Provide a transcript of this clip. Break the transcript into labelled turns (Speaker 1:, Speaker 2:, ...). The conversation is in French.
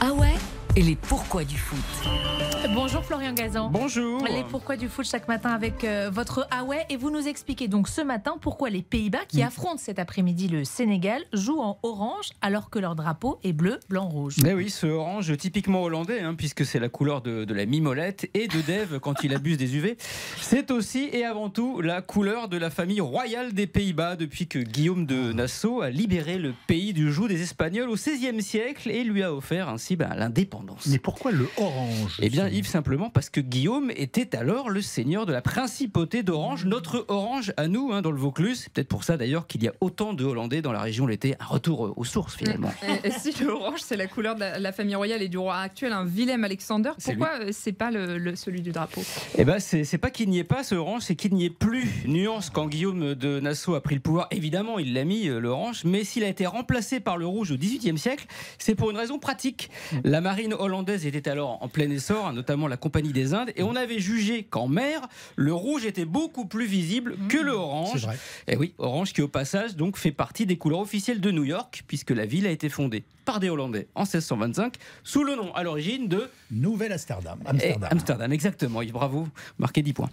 Speaker 1: Ah ouais Et les pourquoi du foot.
Speaker 2: Bonjour Florian Gazan.
Speaker 3: Bonjour.
Speaker 2: Les pourquoi du foot chaque matin avec euh, votre Ah ouais et vous nous expliquez donc ce matin pourquoi les Pays-Bas qui affrontent cet après-midi le Sénégal jouent en orange alors que leur drapeau est bleu, blanc, rouge.
Speaker 3: Mais Eh oui, ce orange typiquement hollandais, hein, puisque c'est la couleur de, de la mimolette et de Dev quand il abuse des UV. C'est aussi et avant tout la couleur de la famille royale des Pays-Bas depuis que Guillaume de Nassau a libéré le pays du joug des Espagnols au XVIe siècle et lui a offert ainsi ben, l'indépendance.
Speaker 4: Mais pourquoi le orange
Speaker 3: Eh bien, Yves, simplement parce que Guillaume était alors le seigneur de la principauté d'Orange, notre Orange à nous, hein, dans le Vaucluse. C'est peut-être pour ça d'ailleurs qu'il y a autant de Hollandais dans la région l'été. Un retour euh, aux sources finalement.
Speaker 5: Et- et si le orange, c'est la couleur de la, la famille royale et du roi actuel, un Willem Alexander,
Speaker 3: C'est lui.
Speaker 5: pourquoi euh, c'est pas le, le- celui du drapeau
Speaker 3: Eh ben, c'est c'est pas qu'il n'y ait pas ce orange, c'est qu'il n'y ait plus. Nuance, quand Guillaume de Nassau a pris le pouvoir, évidemment, il l'a mis, euh, l'orange, mais s'il a été remplacé par le rouge au XVIIIe siècle, c'est pour une raison pratique. La marine hollandaise était alors en plein essor, hein, notamment la Compagnie des Indes, et on avait jugé qu'en mer, le rouge était beaucoup plus visible que le
Speaker 4: C'est
Speaker 3: orange.
Speaker 4: vrai.
Speaker 3: Et oui, orange qui, au passage, donc fait partie des couleurs officielles de New York, puisque la ville a été fondée par des Hollandais en 1625, sous le nom à l'origine de
Speaker 4: Nouvelle Amsterdam.
Speaker 3: eh,
Speaker 4: Amsterdam.
Speaker 3: Amsterdam, exactement. Yves, bravo, marqué 10 points.